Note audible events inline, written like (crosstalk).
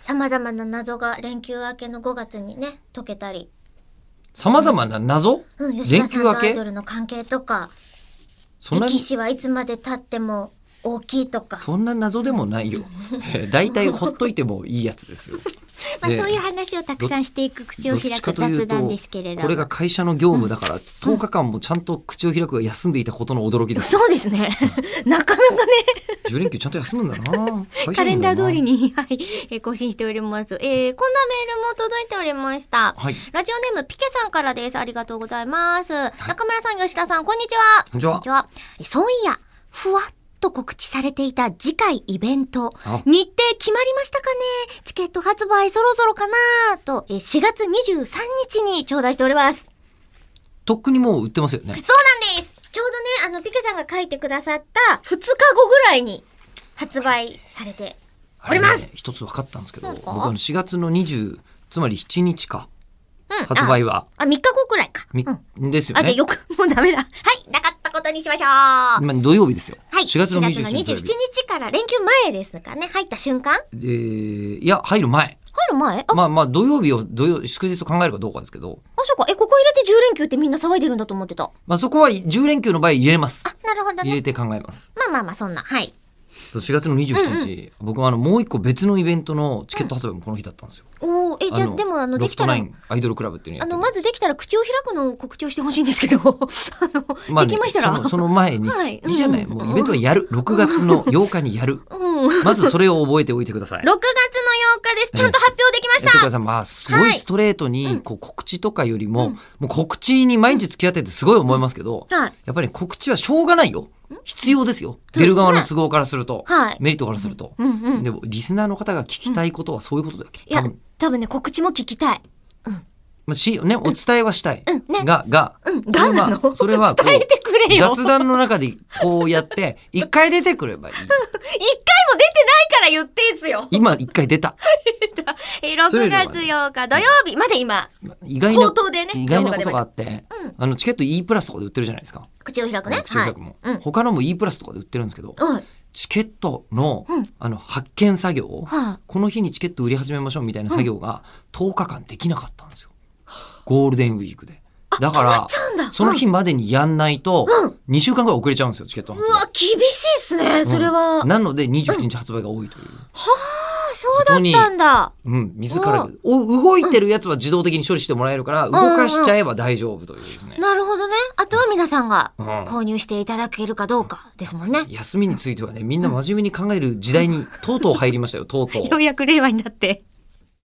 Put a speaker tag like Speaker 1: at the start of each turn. Speaker 1: さまざまな謎が連休明けの5月にね解けたり、
Speaker 2: さまざまな謎
Speaker 1: うん、吉
Speaker 2: 連
Speaker 1: 田さん
Speaker 2: 休
Speaker 1: と
Speaker 2: 明
Speaker 1: アイ
Speaker 2: け
Speaker 1: ドルの関係とか
Speaker 2: そんな
Speaker 1: 歴史はいつまで経っても大きいとか、
Speaker 2: そんな謎でもないよ。えー大体ほっといてもいいやつですよ。
Speaker 3: まあ、
Speaker 2: ね
Speaker 3: そういう話をたくさんしていく (laughs) 口を
Speaker 2: どっ
Speaker 3: 開
Speaker 2: ち
Speaker 3: く
Speaker 2: かという
Speaker 3: 雑
Speaker 2: と
Speaker 3: 談ですけれど
Speaker 2: これ
Speaker 3: も。
Speaker 2: が会社の業務だから、10日間もちゃんと口を開くが休んでいたことの驚きです。 (laughs)
Speaker 3: そうですね。なかなかね、
Speaker 2: 10連休ちゃんと休むんだな。会社
Speaker 3: カレ
Speaker 2: 員
Speaker 3: ンダ
Speaker 2: なんだな
Speaker 3: ー通り。に、はい、えー更新しております。えーこんなメールも届いておりました。
Speaker 2: はい。
Speaker 3: ラジオネームピケさんからです。ありがとうございます。中村さん、吉田さん、こんにちは。
Speaker 2: こんにちは
Speaker 3: えそういや、ふわっと告知されていた次回イベント
Speaker 2: あ、
Speaker 3: 日程決まりましたかねチケット発売そろそろかなと、えー4月23日に頂戴しております。
Speaker 2: とっくにもう売ってますよね。
Speaker 3: そうなんですちょうどね、あの、ピケさんが書いてくださった2日後ぐらいに発売されておりま
Speaker 2: あれ
Speaker 3: す
Speaker 2: ね。一つ分かったんですけど、
Speaker 3: なんです
Speaker 2: 僕
Speaker 3: か
Speaker 2: あの4月の20、つまり7日か。
Speaker 3: うん
Speaker 2: 発売は。
Speaker 3: あ、3日後くらいか。
Speaker 2: み
Speaker 3: うん。
Speaker 2: ですよ
Speaker 3: あ、で、
Speaker 2: ね。
Speaker 3: よく、もうダメだ。はい、なかったことにしましょう。は
Speaker 2: 今土曜日ですよ。
Speaker 3: い、
Speaker 2: 4月の
Speaker 3: 4月
Speaker 2: 27
Speaker 3: の
Speaker 2: 日土
Speaker 3: 27
Speaker 2: 曜日。
Speaker 3: 日から連休前ですかね。入った瞬間入
Speaker 2: えーいや、入る前。
Speaker 3: る前あ、
Speaker 2: まあまあ、土曜日を、土曜、祝日と考えるかどうかですけど、
Speaker 3: あ、そうか。え、ここ入れて10連休ってみんな騒いでるんだと思ってた。
Speaker 2: まあそこは10連休の場合入れます。
Speaker 3: あ、なるほど
Speaker 2: 入
Speaker 3: ね。
Speaker 2: れて考えます。
Speaker 3: まあまあまあ、そんな。はい。
Speaker 2: 4月の27日、僕はあの、もう一個別のイベントのチケット発売もこの日だったんですよ。
Speaker 3: おーえ、じゃあ、でも、あの、で
Speaker 2: ロ
Speaker 3: き
Speaker 2: フ
Speaker 3: た
Speaker 2: ト
Speaker 3: ら
Speaker 2: ナイ、ンアイドルクラブっていうの
Speaker 3: あ
Speaker 2: やって
Speaker 3: の、
Speaker 2: る
Speaker 3: まずできたら口を開くのを告知をしてほしいんですけど、 (laughs) あの、
Speaker 2: あね
Speaker 3: できましたら。
Speaker 2: そのその前に、
Speaker 3: はい
Speaker 2: い
Speaker 3: うん
Speaker 2: いじゃない、もうイベントはやる。6月の8日に
Speaker 3: (laughs)
Speaker 2: やる。
Speaker 3: うん。
Speaker 2: まずそれを覚えておいてください。
Speaker 3: 6月の8日です。ちゃんと発表できまし
Speaker 2: えと
Speaker 3: た。
Speaker 2: かさん、まあ、すごいストレートに、こう告知とかよりも、もう告知に毎日付き合っててすごい思いますけど、
Speaker 3: はい
Speaker 2: やっぱり告知はしょうがないよ。必要ですよ。出る側の都合からすると、
Speaker 3: はい
Speaker 2: メリットからすると、
Speaker 3: うんうん。
Speaker 2: でも、リスナーの方が聞きたいことはそういうことだよ。
Speaker 3: いや
Speaker 2: 多分、
Speaker 3: 多分ね、告知も聞きたい。
Speaker 2: まあ、し、ね、お伝えはしたい。
Speaker 3: うんね
Speaker 2: が、が、
Speaker 3: うん
Speaker 2: それ
Speaker 3: が
Speaker 2: は
Speaker 3: なの
Speaker 2: それはこう、
Speaker 3: 伝えてくれよ。
Speaker 2: 雑談の中でこうやって、一回出てくればいい。
Speaker 3: 一回も出てないから言ってんすよ。
Speaker 2: 今一回出た。
Speaker 3: え
Speaker 2: そ
Speaker 3: 6
Speaker 2: れ以外は
Speaker 3: 月8日土曜日まで今、
Speaker 2: 意外
Speaker 3: (laughs)
Speaker 2: な
Speaker 3: 口頭でね
Speaker 2: 意外なこ
Speaker 3: 情報
Speaker 2: とがあ
Speaker 3: が
Speaker 2: って、あのチケット E プラスとかで売ってるじゃないですか。
Speaker 3: 口を開くね。
Speaker 2: 口開くも、
Speaker 3: はい。うん。
Speaker 2: 他のも E プラスとかで売ってるんですけど、
Speaker 3: はい。
Speaker 2: チケットの、あの発見作業を、
Speaker 3: はあ
Speaker 2: この日にチケット売り始めましょうみたいな作業が10日間できなかったんですよ。ゴールデンウィークで。だか
Speaker 3: ちゃうんだ
Speaker 2: ら、その日までにやんないと、2週間ぐらい遅れちゃうんですよ、チケットの発
Speaker 3: うわ、厳しいっすね、それは。
Speaker 2: 売。なので27日発売が多いという。
Speaker 3: あ、そうだったんだ。
Speaker 2: うん、自らで。お動いてるやつは自動的に処理してもらえるから、動かしちゃえば大丈夫というですね。
Speaker 3: なるほどね。あとは皆さんが
Speaker 2: うん
Speaker 3: 購入していただけるかどうかですもんね。
Speaker 2: 休みについてはね、みんな真面目に考える時代に、とうとう入りましたよ、とうとう。
Speaker 3: ようやく令和になって。